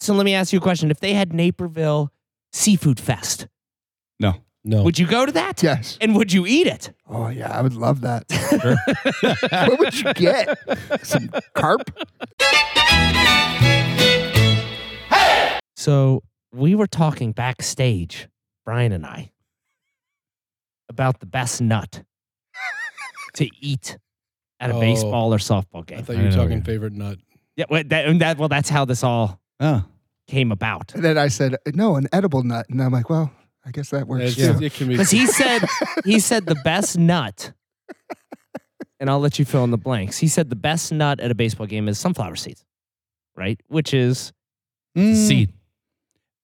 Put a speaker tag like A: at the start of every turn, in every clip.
A: So let me ask you a question. If they had Naperville Seafood Fest,
B: No.
C: No.
A: would you go to that?
D: Yes.
A: And would you eat it?
D: Oh yeah, I would love that. what would you get? Some carp?
A: So we were talking backstage, Brian and I, about the best nut to eat at a
C: Oh.
A: baseball or softball
C: I
A: game.
C: thought
B: I
C: you were
B: know,
C: talking
B: yeah.
C: favorite nut.
A: yeah, well, that, and that, well, that's how this all
B: Oh.
A: came about.
D: And then I said, no, an edible nut. And I'm like, well, I guess that works
C: It's-
D: too.
C: It can be.
A: Because he said he said the best nut, and I'll let you fill in the blanks. He said the best nut at a baseball game is sunflower seeds, right? Which is
B: Mm.
E: Seed.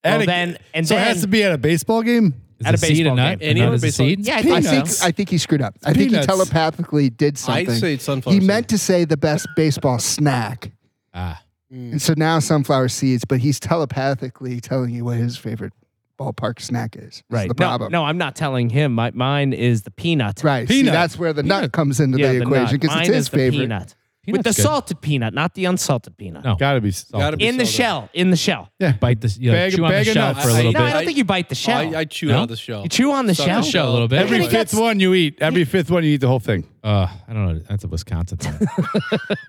B: At
A: well,
B: a-
A: then and
B: so
A: then
B: it has to be at a baseball game?
E: Is
A: At
E: a
A: a
E: seed
A: baseball
E: a nut?
A: game.
E: A
C: Any
E: nut
C: other
E: is a
C: baseball-
E: seed?
A: yeah, I think
D: I
A: so.
D: think I think he screwed up. I think he
C: peanuts.
D: telepathically did something.
C: I'd say it's sunflower.
D: he
C: seed.
D: meant to say the best baseball snack.
E: Ah.
A: Mm.
D: And so now sunflower seeds, but he's telepathically telling you what his favorite ballpark snack is. That's
A: right.
D: The
A: No,
D: problem.
A: no, I'm not telling him. My, mine is the peanut.
D: Right. See,
B: Peanut.
D: that's where the nut
C: Peanut.
D: comes into
A: Yeah,
D: the,
A: the
D: equation
A: nut.
D: because
A: Mine
D: it's his
A: is the
D: favorite.
A: peanut. with the
E: Peanut's good.
A: salted peanut, not the unsalted peanut.
E: No.
B: Gotta be something.
C: Gotta be
A: in the
C: salted.
A: shell, in the shell.
B: Yeah.
E: Bite the you know,
B: Bag-
E: chew on the
B: bag of
E: shell
B: nuts.
E: for a little
C: I-
A: No, I
E: bit.
A: don't think you bite the shell.
C: I, I chew
E: No?
C: on the shell.
A: you chew on the
C: Suck
A: shell.
E: the shell a little bit.
B: Every
A: Everybody
B: fifth
A: gets-
B: one you eat. Every fifth one you eat the whole thing.
E: Uh, I don't know. That's a Wisconsin thing.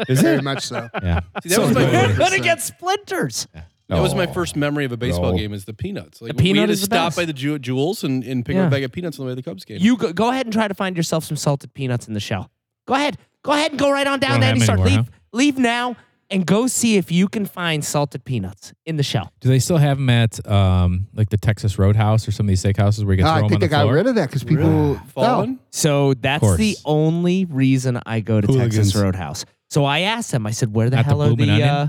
B: Is
D: Very
B: it?
D: much so.
E: yeah.
C: See, that, was my,
A: You're
C: that
A: gonna get splinters.
C: was my first memory of a baseball
B: No.
C: game is the peanuts. Like,
A: The peanut
C: we had to
A: is the
C: stop
A: best.
C: by the Ju- Jewels and, and pick up
A: Yeah.
C: a bag of peanuts on the way to the Cubs game.
A: You go, go ahead and try to find yourself some salted peanuts in the shell. Go ahead. Go ahead and go right on down
E: Don't
A: to
E: have
A: any
E: them
A: store. Leave,
E: anymore,
A: leave now and go see if you can find salted peanuts in the shell.
E: Do they still have them at um, like the Texas Roadhouse or some of these steakhouses where you can
D: Ah,
E: throw
D: I
E: them on
D: think
E: the
D: they got
E: floor?
D: rid of that because people
C: fallen?
A: So that's
E: course.
A: the only reason I go to Texas
B: Hooligans.
A: Roadhouse. So I asked him. I said, "Where the
E: Not the
A: hell are
E: Bloomin'
A: the
E: Onion?
A: uh,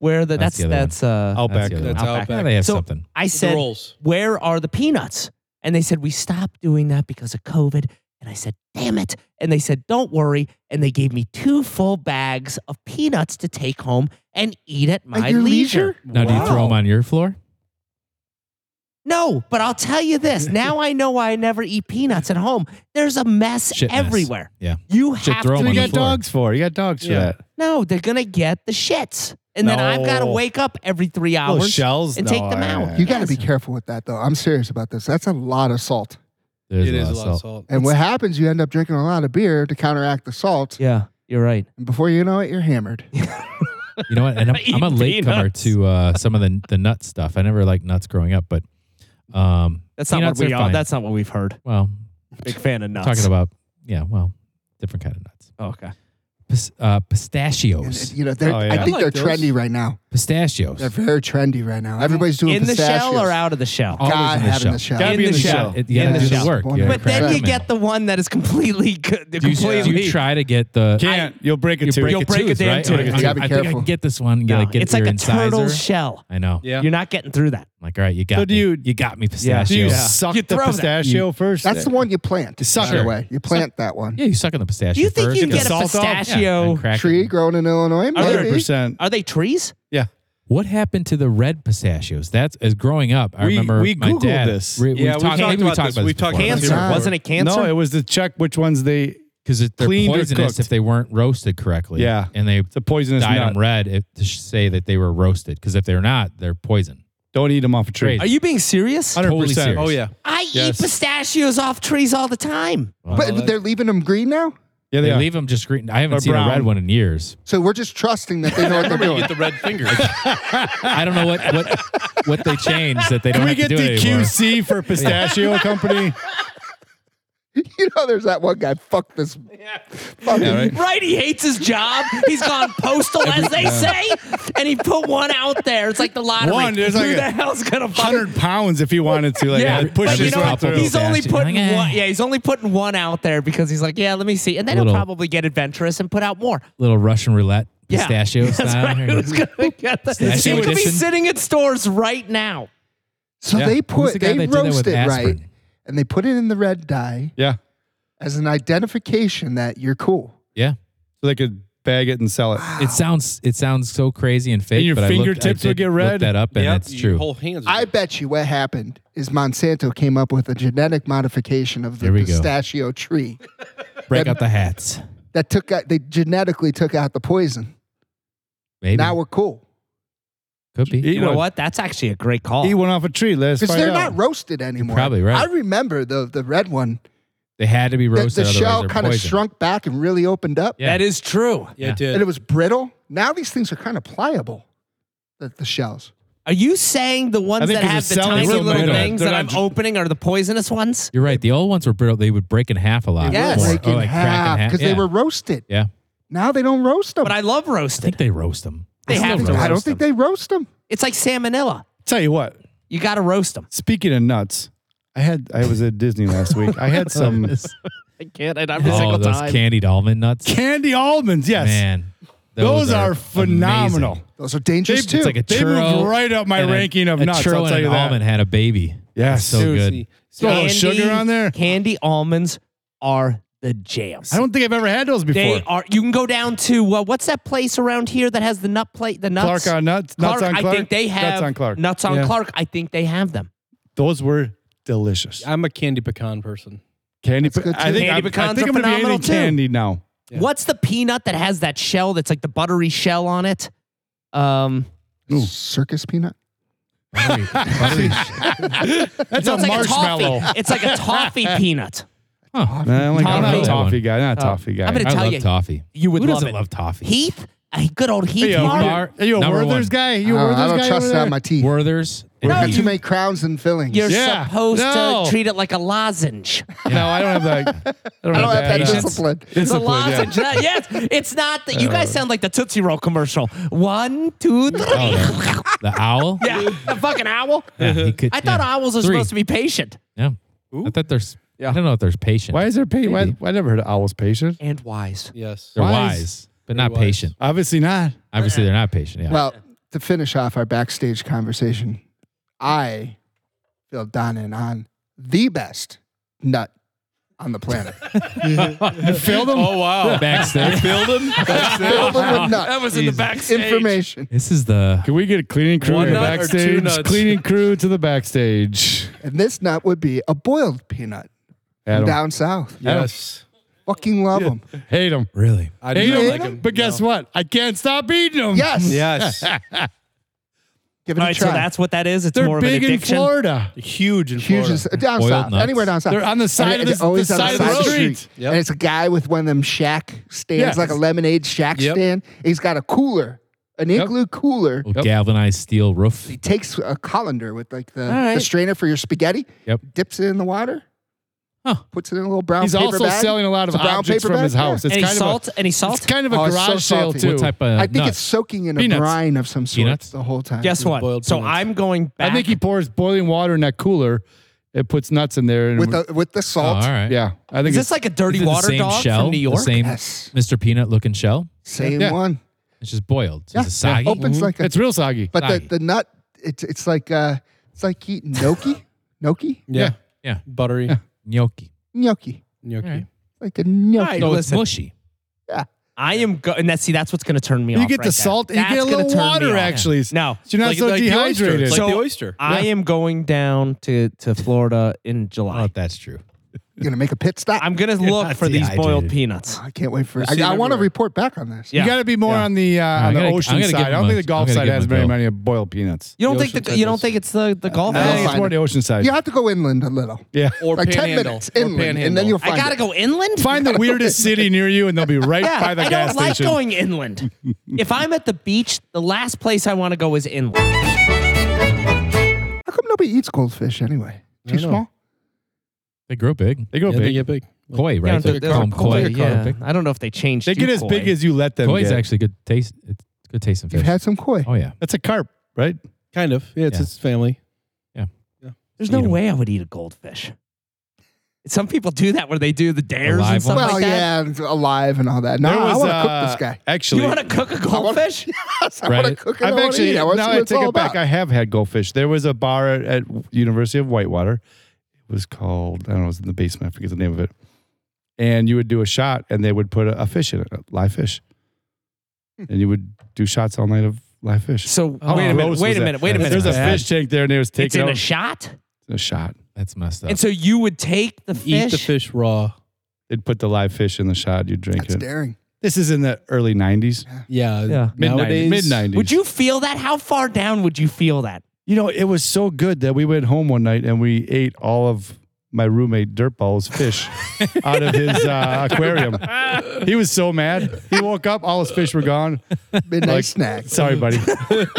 A: where are the
E: That's
A: that's
E: the other
A: that's, uh
E: Outback.
B: Outback.
E: the other
C: That's
E: one.
C: Outback.
E: Yeah, they have
A: So-
E: something.
A: I
C: the
A: said,
C: rolls.
A: where are the peanuts? And they said, we stopped doing that because of COVID. And I said, damn it. And they said, don't worry. And they gave me two full bags of peanuts to take home and eat at my
D: your
A: leisure.
D: leisure?
E: Now, do you throw them on your floor?
A: No, but I'll tell you this. Now I know why I never eat peanuts at home. There's a mess
E: Shit mess.
A: everywhere.
E: Yeah.
A: You
E: Should
A: have
E: throw
B: What
A: to
B: do
E: on
B: you
E: the
B: got
A: eat.
E: floor.
B: dogs for? You got dogs
C: Yeah.
B: for that.
A: No, they're going to get the shits. And then I've got to
B: No.
A: wake up every three
B: Oh,
A: hours.
B: shells
A: and
B: No,
A: take them
B: I-
A: out.
D: You got to
A: Yes.
D: be careful with that, though. I'm serious about this. That's a lot of salt.
E: There's
C: it
E: a
C: is
E: lot of salt.
C: salt.
D: And what happens, you end up drinking a lot of beer to counteract the salt.
A: yeah, you're right.
D: And before you know it, you're hammered.
E: You know what? And I'm,
A: Eat
E: I'm a latecomer
A: peanuts.
E: to uh, some of the the nut stuff. I never liked nuts growing up, but um,
A: That's not
E: peanuts
A: what we
E: are
A: all,
E: fine.
A: That's not what we've heard.
E: well,
A: Big fan of nuts.
E: talking about yeah, well, different kind of nuts.
A: Oh, okay.
E: Pis- uh,
D: And,
E: pistachios,
D: and, you know, they're,
B: Oh, yeah.
D: I think
C: I like
D: they're
C: those.
D: trendy right now.
E: pistachios.
D: They're very trendy right now. Everybody's doing
A: in the
D: pistachios.
A: shell or out of the shell.
E: Always
D: God, had in the shell.
B: Gotta
A: In
B: be in
A: the
B: the
A: shell.
B: shell.
E: It- you
A: In
E: gotta
A: the
E: do the
A: shell.
E: work. You
D: But
E: gotta
A: But then
E: craft
A: you
E: it.
A: get the one that is completely, good-
E: Do you,
A: completely.
E: do you try to get the?
B: Can't. you'll break a
E: you
B: tooth.
E: break
A: You'll
E: a
A: break a
E: tooth,
A: damn
E: right?
A: tooth.
E: You're like,
D: You gotta be
E: I, think I
D: careful.
E: can get this one. You
A: No,
E: like get
A: it's like
E: your
A: a turtle
E: incisor.
A: shell.
E: I know.
C: Yeah.
A: You're not getting through that.
E: I'm like, all right, you got
B: So
E: me.
B: do you-
E: you got me pistachios.
B: Do you
A: Yeah.
B: suck
A: You
B: the
A: throw that.
B: pistachio first?
D: That's the one you plant.
B: You suck
D: By the
B: it.
D: way, you plant that one.
E: Yeah, you suck on the pistachio.
A: Do you think
E: first,
A: you
B: get
E: the
B: a
E: salt off, yeah,
A: pistachio
E: and crack it.
D: Tree grown in Illinois,
A: Other
D: maybe.
B: percent.
A: Are they trees?
B: Yeah.
E: What happened to the red pistachios? That's as growing up. I
B: We-
E: remember
B: we
E: my
B: Googled
E: dad.
B: this.
E: We, we
C: Yeah, we
E: talked,
C: talked
E: maybe
C: about
E: talked
C: this.
E: about
C: We
E: this
C: talked
E: before.
C: about
A: Cancer.
D: Yeah.
A: Wasn't it cancer?
B: No, it was to check which ones they.
E: because it- they're
B: Cleaned or
E: poisonous
B: cooked.
E: if they weren't roasted correctly.
B: Yeah.
E: and they
B: It's a poisonous
E: dyed
B: nut.
E: them red if, to sh- say that they were roasted. Because if they're not, they're poison.
B: Don't eat them off a tree.
E: Crazy.
A: Are you being serious?
B: 100%.
E: Totally serious.
C: Oh, yeah.
A: I
B: Yes.
A: eat pistachios off trees all the time.
D: But they're leaving them green now,
B: Yeah,
E: They
B: they, are.
E: leave them just green. I haven't
B: Or
E: seen a red
B: brown.
E: one in years.
D: so we're just trusting that they know what they're
C: You
D: doing.
C: get the red finger.
E: I don't know what what what they changed that they don't
B: Can we
E: have
B: get
E: to do
B: the
E: it anymore.
B: QC for pistachio company?
D: You know, there's that one guy. Fuck this. Fucking,
A: Right? He hates his job. He's gone postal, as they say, and he put one out there. It's like the lottery.
B: One, there's
A: Who
B: like
A: the
B: a
A: hell's gonna fucking
B: Hundred pounds if he wanted to. Like,
A: yeah,
B: yeah, push
A: but you
B: this
A: know
B: one
A: what?
B: through.
A: He's only
E: Statue.
A: putting
E: Okay.
A: one. Yeah, he's only putting one out there because he's like, yeah, let me see, and then
E: Little-
A: he'll probably get adventurous and put out more.
E: Little Russian roulette
A: Yeah,
E: pistachio
A: that's
E: style.
A: Right. Who's gonna get that?
E: Pistachio
A: She could be
E: edition.
A: sitting at stores right now.
D: So
E: Yeah.
D: they
E: Who's
D: put
E: the guy that
D: they
E: did that with
D: roast it right,
E: aspirin?
D: and they put it in the red dye
B: Yeah,
D: as an identification that you're cool.
E: Yeah.
B: so they could bag it and sell it.
E: It sounds it sounds so crazy and fake.
B: And your
E: but I looked- I
B: fingertips
E: did
B: will get
E: look
B: red?
E: that up, and that's
C: Your
E: true.
C: whole hands.
D: I bet you what happened is Monsanto came up with a genetic modification of the
E: There we go.
D: pistachio tree
E: Break out the hats.
D: that took out, they genetically took out the poison.
E: Maybe
D: Now we're cool.
E: Could be.
A: You know what? That's actually a great call.
B: He went off a tree. Let's
D: Because
B: find
D: they're
B: out.
D: not roasted
E: You're
D: anymore.
E: probably right.
D: I remember the the red one.
E: they had to be
D: The,
E: roasted.
D: the
E: otherwise
D: shell
E: they're
D: kind of
E: poison.
D: shrunk back and really opened up,
E: Yeah.
A: That is true.
C: Yeah, it
D: and
C: did.
D: it was brittle. Now these things are kind of pliable. The, the shells.
A: Are you saying the ones
B: I think
A: that
B: 'cause
A: have
B: it's
A: the
B: selling
A: tiny
B: so
A: little
B: much.
A: things
B: They're
A: that
B: not
A: I'm
B: ju-
A: opening are the poisonous ones?
E: You're right. The old ones were brittle. They would break in half a lot.
A: Yes.
E: more.
D: Break
E: Or
D: in
E: like crack
D: half because
E: Yeah.
D: they were roasted.
E: Yeah.
D: Now they don't roast them.
A: But I love
E: I think
A: roasted.
E: they roast them.
A: They have to
D: I don't
A: roast
D: think
A: them.
D: they roast them.
A: It's like salmonella.
B: Tell you what.
A: You got to roast them.
B: Speaking of nuts, I had I was at Disney last week. I had some
A: I can't. I'd every
E: oh, those candied almond nuts.
B: candy almonds. Yes,
E: Man,
B: those, are,
E: amazing.
B: phenomenal.
D: Those are dangerous
B: They-
D: too.
E: It's like a
B: They
E: churro
B: moved right up my
E: and a-
B: ranking of
E: a
B: nuts.
E: Churro
B: I'll tell
E: and
B: you
E: an
B: that.
E: almond had a baby.
B: Yes.
E: It's so good.
C: Seriously.
B: Throw a
E: Oh,
B: little sugar on there.
A: Candy almonds are the jams.
B: I don't think I've ever had those before.
A: They are. You can go down to uh, what's that place around here that has the nut plate, the nuts.
B: Clark on nuts.
A: Clark,
B: nuts on Clark.
A: I think they have
B: nuts on Clark.
A: Nuts on
B: Yeah.
A: Clark. I think they have them.
B: Those were delicious.
C: I'm a candy pecan person.
B: Candy.
D: That's
B: pe-
D: good,
B: I
D: too.
B: think
A: Candy
B: I'm, I
A: pecans
B: think
A: are
B: I'm gonna be
A: phenomenal,
B: eating
A: too.
B: candy now.
C: Yeah.
A: What's the peanut that has that shell that's like the buttery shell on it? Um,
D: circus peanut.
E: Buttery- buttery sh-
B: That's
A: no,
B: a
A: it's like
B: marshmallow.
A: A toffee. It's like a toffee peanut.
E: Huh.
B: Nah, I'm, like, I'm not
A: Toffee. Oh.
B: a toffee guy. Not a toffee guy.
A: I'm gonna
E: I
A: tell
E: love
A: you,
E: toffee.
A: You would
E: Who
A: love
E: doesn't
A: it.
E: love toffee?
A: Heath, a good old Heath.
B: Hey, yo,
A: Mark.
E: Mark.
B: Hey, yo,
E: Number
B: Werther's
E: one.
B: guy.
D: Uh, I
B: You
D: don't,
B: Werther's
D: I don't
B: guy
D: trust
B: over
D: that
B: there?
D: on my teeth.
E: Werther's.
D: I got
E: Werther's.
D: too many crowns and fillings.
A: You're
B: Yeah.
A: supposed
B: No.
A: to treat it like a lozenge.
B: No, Oh, I don't have that. I don't,
D: I don't have that
B: that patience.
D: discipline.
A: It's a
B: Discipline, yeah. Uh.
A: lozenge. Not- yes, it's not that. You guys sound like the Tootsie Roll commercial. One, two, three.
E: Oh, the, the owl.
A: Yeah, the fucking owl.
E: Yeah, he could-
A: I thought
E: yeah.
A: owls are
E: Three.
A: supposed to be patient.
E: Yeah. I thought there's. I don't know if there's patient.
B: Why is there patient? Why,
E: Maybe.
B: why I never heard of owls patient?
A: And wise.
C: Yes.
E: They're
B: Wise.
E: wise, but not
C: wise.
E: patient.
B: Obviously not.
E: Obviously, they're not patient. Yeah.
D: Well, to finish off our backstage conversation, I filled Don in on the best nut on the planet.
B: Filled them.
C: Oh wow.
E: Backstage.
C: Build them.
D: Filled him with nuts.
A: That was in the
E: Jesus.
A: backstage.
D: Information.
E: This is the
B: Can we get a cleaning crew
C: One
B: to the
C: nut or two
B: backstage?
C: nuts?
B: Cleaning crew to the backstage.
D: And this nut would be a boiled peanut from
B: Adam,
D: down south.
C: Yes.
D: Fucking love them.
B: hate them.
E: really.
C: I
B: Hate
C: do not
B: them.
C: like them.
B: But guess what? I can't stop eating them.
D: Yes.
C: Yes.
D: Give it
A: All
D: a
A: right,
D: try.
A: so that's what that is. It's
B: They're
A: more
B: big
A: of an
B: in
A: addiction.
B: Florida.
C: Huge in
D: huge
C: Florida.
D: as, down
E: Boiled
D: south.
E: nuts.
D: Anywhere down south.
B: They're on the side
D: And
B: of
D: it's
B: this-
D: always
B: the
D: on
B: side of the
D: of the
B: street.
D: street.
C: Yep.
D: And it's a guy with one of them shack stands,
B: Yes.
D: like a lemonade shack
C: Yep.
D: stand. He's got a cooler, an
B: Yep.
D: igloo cooler.
E: Little Galvanized steel roof.
D: He takes a colander with like the,
A: right.
D: the strainer for your spaghetti.
E: Yep.
D: Dips it in the water.
E: Huh.
D: Puts it in a little brown
B: He's
D: paper
B: also
D: bag.
B: selling a lot of
D: It's a brown
B: objects
D: paper
B: from
D: bag,
B: his
D: yeah.
B: house. It's
A: Any
B: kind
A: salt?
B: of
A: Any
B: a,
A: salt?
B: it's kind of a
D: Oh, it's so
B: garage sale
D: salty.
B: too.
E: What type of
D: I think
E: nuts?
D: it's soaking in
B: Peanuts.
D: a brine of some sort
E: Peanuts?
D: the whole time.
A: Guess what?
C: boiled
A: So
C: peanuts.
A: I'm going back.
B: I think he pours boiling water in that cooler. It puts nuts in there. And
D: With the with the
E: Oh, all
D: salt.
E: right.
B: yeah, I think
A: Is
B: it's
A: this like a dirty
E: Is it the
A: water
E: same
A: dog
E: shell?
A: from New York?
E: The same
D: Yes.
E: Mr. Peanut looking shell.
D: Same
B: Yeah.
D: one.
E: It's just boiled. It's just
B: yeah.
E: soggy.
D: Opens like a
B: it's real soggy.
D: but
E: soggy.
D: the, the nut it's it's like uh it's like eating gnocchi. gnocchi?
C: Yeah.
E: Yeah.
C: Buttery
E: gnocchi.
D: Gnocchi.
C: gnocchi.
E: Alright.
D: Like a gnocchi.
A: All right,
E: No, it's
A: listen,
E: mushy.
A: I am go- and that's see that's what's going to turn me off.
B: You get
A: right
B: the
A: there.
B: salt. You get
A: That's
B: a
A: gonna
B: little
A: turn me off.
B: water actually.
A: No,
B: So you're not
C: Like-
B: so
C: like the oyster.
B: dehydrated.
C: It's
B: So
C: like
A: So
C: the oyster.
A: I am going down to to Florida in
E: I don't know
A: July.
E: if that's true.
D: You're gonna make a pit stop.
A: I'm going to look
E: not
A: for these boiled
E: dehydrated.
A: peanuts.
D: I can't wait for
C: I've
D: I,
C: seen
D: I want to
C: everywhere.
D: report back on this.
A: Yeah.
B: You got to be more
E: Yeah.
B: on the uh,
E: I
B: on the
E: gotta- I'm
B: ocean
E: gonna give
B: side. I
E: him
B: don't
E: a-
B: think the
E: I'm
B: golf
E: gonna
B: side
E: give
B: has
E: him a
B: very
E: go.
B: many boiled peanuts.
A: You don't
C: The
A: think
C: ocean
A: the, you don't
C: side
A: think it's the the golf?
D: I
B: I
D: don't
A: outs?
B: think it's
D: find
B: more
D: it.
B: the ocean side.
D: You have to go inland a little.
B: Yeah.
C: Or
D: like ten
C: panhandle.
D: minutes
C: Or
D: inland, and then
C: panhandle.
D: you'll
A: I
D: find
A: gotta
D: it.
A: go inland.
B: Find the weirdest city near you, and they'll be right
A: yeah,
B: by the
A: I
B: gas
A: don't like
B: station.
A: going inland. if I'm at the beach, the last place I want to go is inland.
D: How come nobody eats goldfish anyway? Too small?
E: They grow big.
B: They go
C: Yeah,
B: big.
C: they get big.
E: Koi, right?
A: Down to-
E: They
A: there's
E: call
A: a
E: them
A: koi,
E: koi.
A: yeah. I don't know if they changed.
B: They
A: to
B: get as big
A: koi.
B: as you let them
E: Koi is
B: get.
E: actually good taste. It's good tasting
D: You've
E: fish.
D: had some koi.
E: Oh yeah.
B: That's a carp, right?
C: Kind of. Yeah, it's
E: Yeah.
C: his family.
A: There's no
E: Eat 'em.
A: way I would eat a goldfish. Some people do that where they do the dares
E: live
A: and stuff
D: well,
A: Oh, like that.
D: yeah, and alive and all that. No,
B: There
D: I
B: was,
D: want to
B: uh,
D: cook this guy.
B: Actually,
A: you want to cook a goldfish?
D: I want to
E: Right.
D: cook it. I
B: I've
D: want to
B: actually
D: eat. it. I want to
B: now
D: see
B: I
D: what it's
B: take
D: all
B: it back.
D: about.
B: I have had goldfish. There was a bar at, at University of Whitewater. It was called I don't know. It was in the basement. I forget the name of it. And you would do a shot, and they would put a, a fish in it, a live fish. And you would do shots all night of live fish.
A: So
E: How
A: wait a minute,
B: gross
A: wait
B: Oh, was
A: a
B: that?
A: minute, wait a minute.
B: There's a
E: Bad.
B: fish tank there, and they was
A: it's
B: taking
A: in a
B: out
A: shot,
B: a shot.
E: That's messed up.
A: and so you would take the fish.
C: Eat the fish raw.
B: They'd put the live fish in the shot. You drink
D: That's
B: it.
D: daring.
B: This is in the early 90s.
C: Yeah.
A: Yeah.
B: Mid
C: Nowadays,
B: 90s. Mid 90s.
A: Would you feel that? How far down would you feel that?
B: You know, it was so good that we went home one night and we ate all of my roommate Dirtball's fish out of his uh, aquarium. He was so mad. He woke up, all his fish were gone.
D: Midnight
B: Like-
D: snack.
B: Sorry, buddy.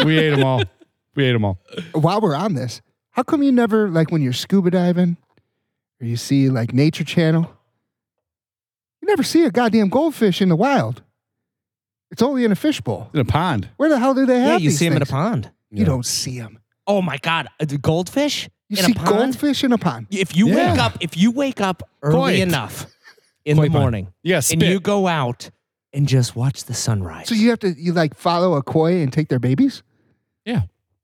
B: We ate them all. We ate them all.
D: While we're on this, how come you never like when you're scuba diving or you see like Nature Channel? You never see a goddamn goldfish in the wild. It's only in a fishbowl.
B: In a pond.
D: Where the hell do they have?
A: Yeah, you
D: these
A: see them in a
D: things?
A: pond.
D: You don't see them.
A: Oh my God, a d- goldfish
D: You
A: in
D: see
A: a pond.
D: goldfish in a pond.
A: If you wake
B: Yeah.
A: up, if you wake up early
B: Koi.
A: enough in
B: Koi
A: the
B: pond.
A: morning,
B: Yeah, spit.
A: and you go out and just watch the sunrise.
D: So you have to you like follow a koi and take their babies.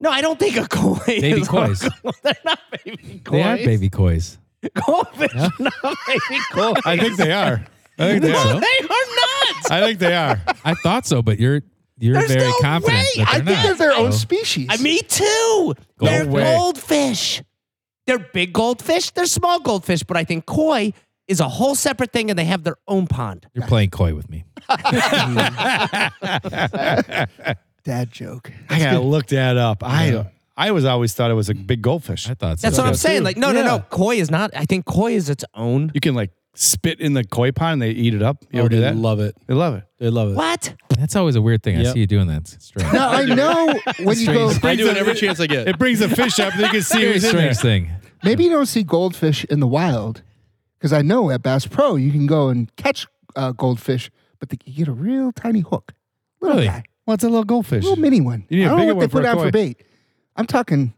A: no, I don't think a koi.
E: Baby
A: is
E: kois.
A: They're not baby
E: They are
A: koi.
E: baby kois.
A: Goldfish, are not baby koi.
B: I think they are. I think they
A: no, they are
B: are.
A: not.
B: I think they are.
E: I thought so, but you're you're
A: There's
E: very
A: no
E: confident.
A: way.
E: That
D: I
E: they're
D: think
E: not.
D: they're their own
E: So-
D: species.
A: I, me too.
E: Go
A: They're
E: away.
A: goldfish. They're big goldfish. They're small goldfish. But I think koi is a whole separate thing, and they have their own pond.
E: You're playing coy with me.
D: dad joke.
B: I gotta look that up. I I was always thought it was a big goldfish.
E: I thought so.
A: That's what I'm saying.
B: too.
A: Like, no, no,
B: Yeah.
A: no. Koi is not. I think koi is its own.
B: You can like spit in the koi pond and they eat it up.
C: Oh,
B: You ever do
C: they
B: that?
C: love it.
B: They love it.
C: They love it.
A: What?
E: That's always a weird thing. I
C: Yep.
E: see you doing that. It's strange.
D: Now I know when you go,
C: I do it every chance I get.
B: It brings a fish up and you can see
E: Very
B: who's in there.
E: strange thing.
D: maybe you don't see goldfish in the wild, because I know at Bass Pro you can go and catch uh, goldfish, but they, you get a real tiny hook, little
E: Really?
D: guy,
B: Well, it's a little goldfish.
D: little mini one.
B: You need a
D: I don't
B: bigger
D: know what
B: one
D: they
B: for
D: put
B: a
D: out for
B: koi.
D: bait. I'm talking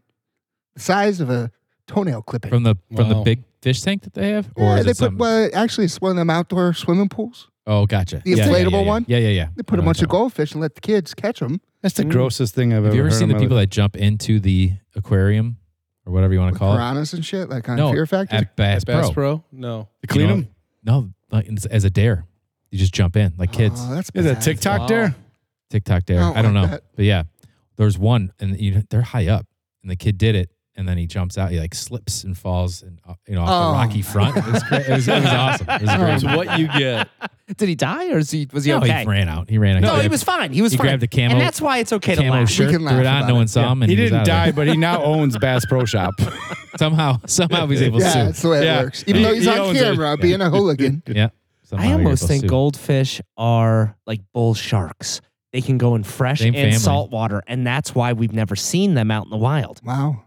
D: the size of a toenail clipping.
E: From the from the
C: Wow.
E: big fish tank that they have? Or
D: yeah,
E: is
D: they
E: it
D: put
E: something?
D: well, actually it's one of them outdoor swimming pools.
E: oh, gotcha.
D: the
E: Yeah, yeah, yeah,
D: inflatable
E: yeah.
D: one?
E: Yeah, yeah, yeah.
D: They put
E: I
D: a
E: know
D: bunch of
E: that one.
D: goldfish and let the kids catch them.
B: That's the grossest thing I've ever.
E: Have you ever
B: heard in
E: seen the
B: my
E: people
B: life.
E: that jump into the aquarium or whatever you want to call it?
D: piranhas and shit, like on
E: No,
D: Fear Factor.
E: at Bass,
C: At Bass
E: Pro.
C: Pro? No.
B: They clean
E: You know,
B: them?
E: No, like it's as a dare. You just jump in like kids.
D: Oh, that's
B: Is
D: bad.
B: that TikTok
C: Wow.
B: there?
E: TikTok dare.
D: I don't
E: I don't
D: like
E: know,
D: that.
E: but yeah, there's one, and you know, they're high up, and the kid did it, and then he jumps out, he like slips and falls, and uh, you know, off
D: Oh.
E: the rocky front. It was, great. It was, it was awesome. It was a great.
C: It's what you get.
A: Did he die, or is he, was he
E: no,
A: okay?
E: he ran out. He ran out.
A: no, he
E: grabbed
A: was fine. He was
E: he
A: fine.
E: grabbed a camo-
A: and that's why it's okay
E: a
A: to
E: camo
A: laugh.
E: shirt,
D: We can
E: threw
D: laugh
E: it on.
D: about
E: No
D: it.
E: one saw him, and
B: He
E: was
B: didn't
E: out of there.
B: die, but he now owns Bass Pro Shop.
E: Somehow, somehow he was able
D: yeah,
E: to
D: that's
E: sue.
D: the way
B: Yeah.
D: it works. Even
B: He-
D: though he's
B: he
D: on
B: owns it.
D: camera being a hooligan.
E: Yeah. Somehow
A: I
E: he was
A: almost
E: able to
A: think
E: sue.
A: goldfish are like bull sharks. They can go in fresh
E: Same
A: and
E: family.
A: salt water, and that's why we've never seen them out in the wild
D: Wow.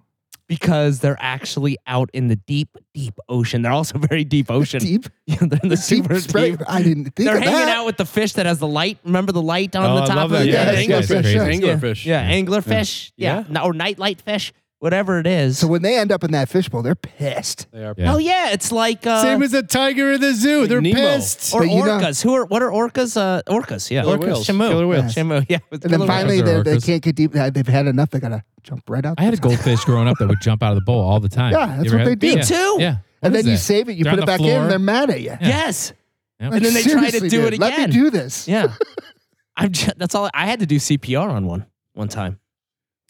A: because they're actually out in the deep, deep ocean. They're also very deep ocean.
D: Deep.
A: Yeah, they're in the,
D: Deep
A: super
D: spray.
A: deep.
D: I didn't think
A: They're
D: of
A: hanging
D: that.
A: out with the fish that has the light. Remember the light on
B: Oh,
A: the
B: I
A: top
B: love
A: of
B: that.
A: the
B: Yeah,
A: yeah,
B: that's
A: anglerfish.
E: good.
D: Yeah.
C: Anglerfish.
A: Yeah, anglerfish. Yeah.
C: Yeah.
A: No, or nightlight fish, whatever it is.
D: So when they end up in that fishbowl, they're pissed.
C: They are.
E: Yeah.
A: Oh yeah, it's like uh,
B: Same as a tiger in the zoo. They're
C: Nemo.
E: Oh,
B: pissed.
A: or
D: But you know-
A: orcas. Who are what are orcas? Uh, orcas. Yeah,
C: Killer whales.
A: Shamu.
B: Killer
D: Oh,
B: whales.
A: Shamu. Yeah. with
D: And then
A: killer
D: finally,
E: orcas
D: they
E: are
D: they
E: orcas.
D: can't get deep. They've had enough. They gotta jump right out.
E: I had a
D: the top.
E: goldfish growing up that would jump out of the bowl all the time.
D: Yeah, that's
E: You ever
D: what
E: had-
D: they do.
E: Yeah.
A: too.
E: Yeah.
D: And
E: What
D: then
E: is
D: you
E: that?
D: save it. You
E: They're
D: put
E: on the
D: it back
E: floor.
D: in. They're mad at you.
E: Yeah.
A: Yes.
E: Yep.
D: Like,
A: And then they try to
D: seriously,
A: do it
D: dude, Let me
A: again.
D: do this.
A: Yeah. I'm just, that's all I had to do CPR on one one time.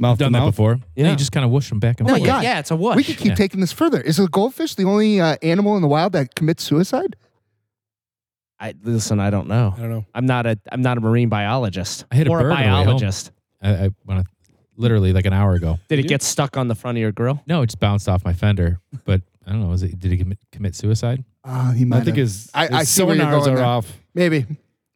B: Mouth to
E: done that
B: mouth.
E: before. Yeah.
A: Yeah.
E: you just kind of whoosh them back and
D: No,
E: forth.
D: my
A: yeah,
D: God.
A: yeah, it's a whoosh.
D: We could keep
E: Yeah.
D: taking this further. Is a goldfish the only uh, animal in the wild that commits suicide?
A: I, listen, I don't know.
C: I don't know.
A: I'm not a I'm not a marine biologist.
E: I hit a
A: or
E: bird
A: a
E: on the way home.
A: biologist.
E: I, I want to literally like an hour ago.
A: Did it get stuck on the front of your grill?
E: No, it just bounced off my fender. But I don't know. Was it? Did he commit, commit suicide?
D: Uh, he might.
B: I think
D: have.
B: his,
D: I- I
B: his
D: see where you're
B: sonars
D: going
B: are
D: there.
B: off.
D: maybe.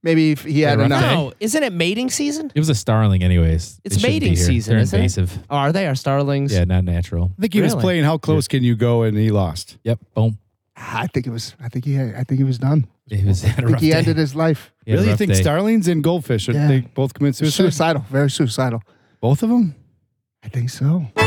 D: Maybe if he had
E: They're
D: enough.
E: rough.
A: No, isn't it mating season?
E: It was a starling, anyways.
A: It's
E: They shouldn't be
A: mating
E: here.
A: season,
E: They're
A: isn't it?
E: invasive.
A: Oh, are they? Are starlings?
E: Yeah, not natural.
B: I think he was
A: Really?
B: playing how close can you go and he lost.
E: Yep. Boom.
D: I think it was. I think he. Had, I think he was done.
E: It was had a
D: I think
E: rough
D: he
E: day.
D: ended his life.
E: He had a
B: really? You
E: rough
B: think
E: day.
B: starlings and goldfish, are
D: Yeah.
B: they both commit suicide?
D: Suicidal. Very suicidal.
B: Both of them?
D: I think so.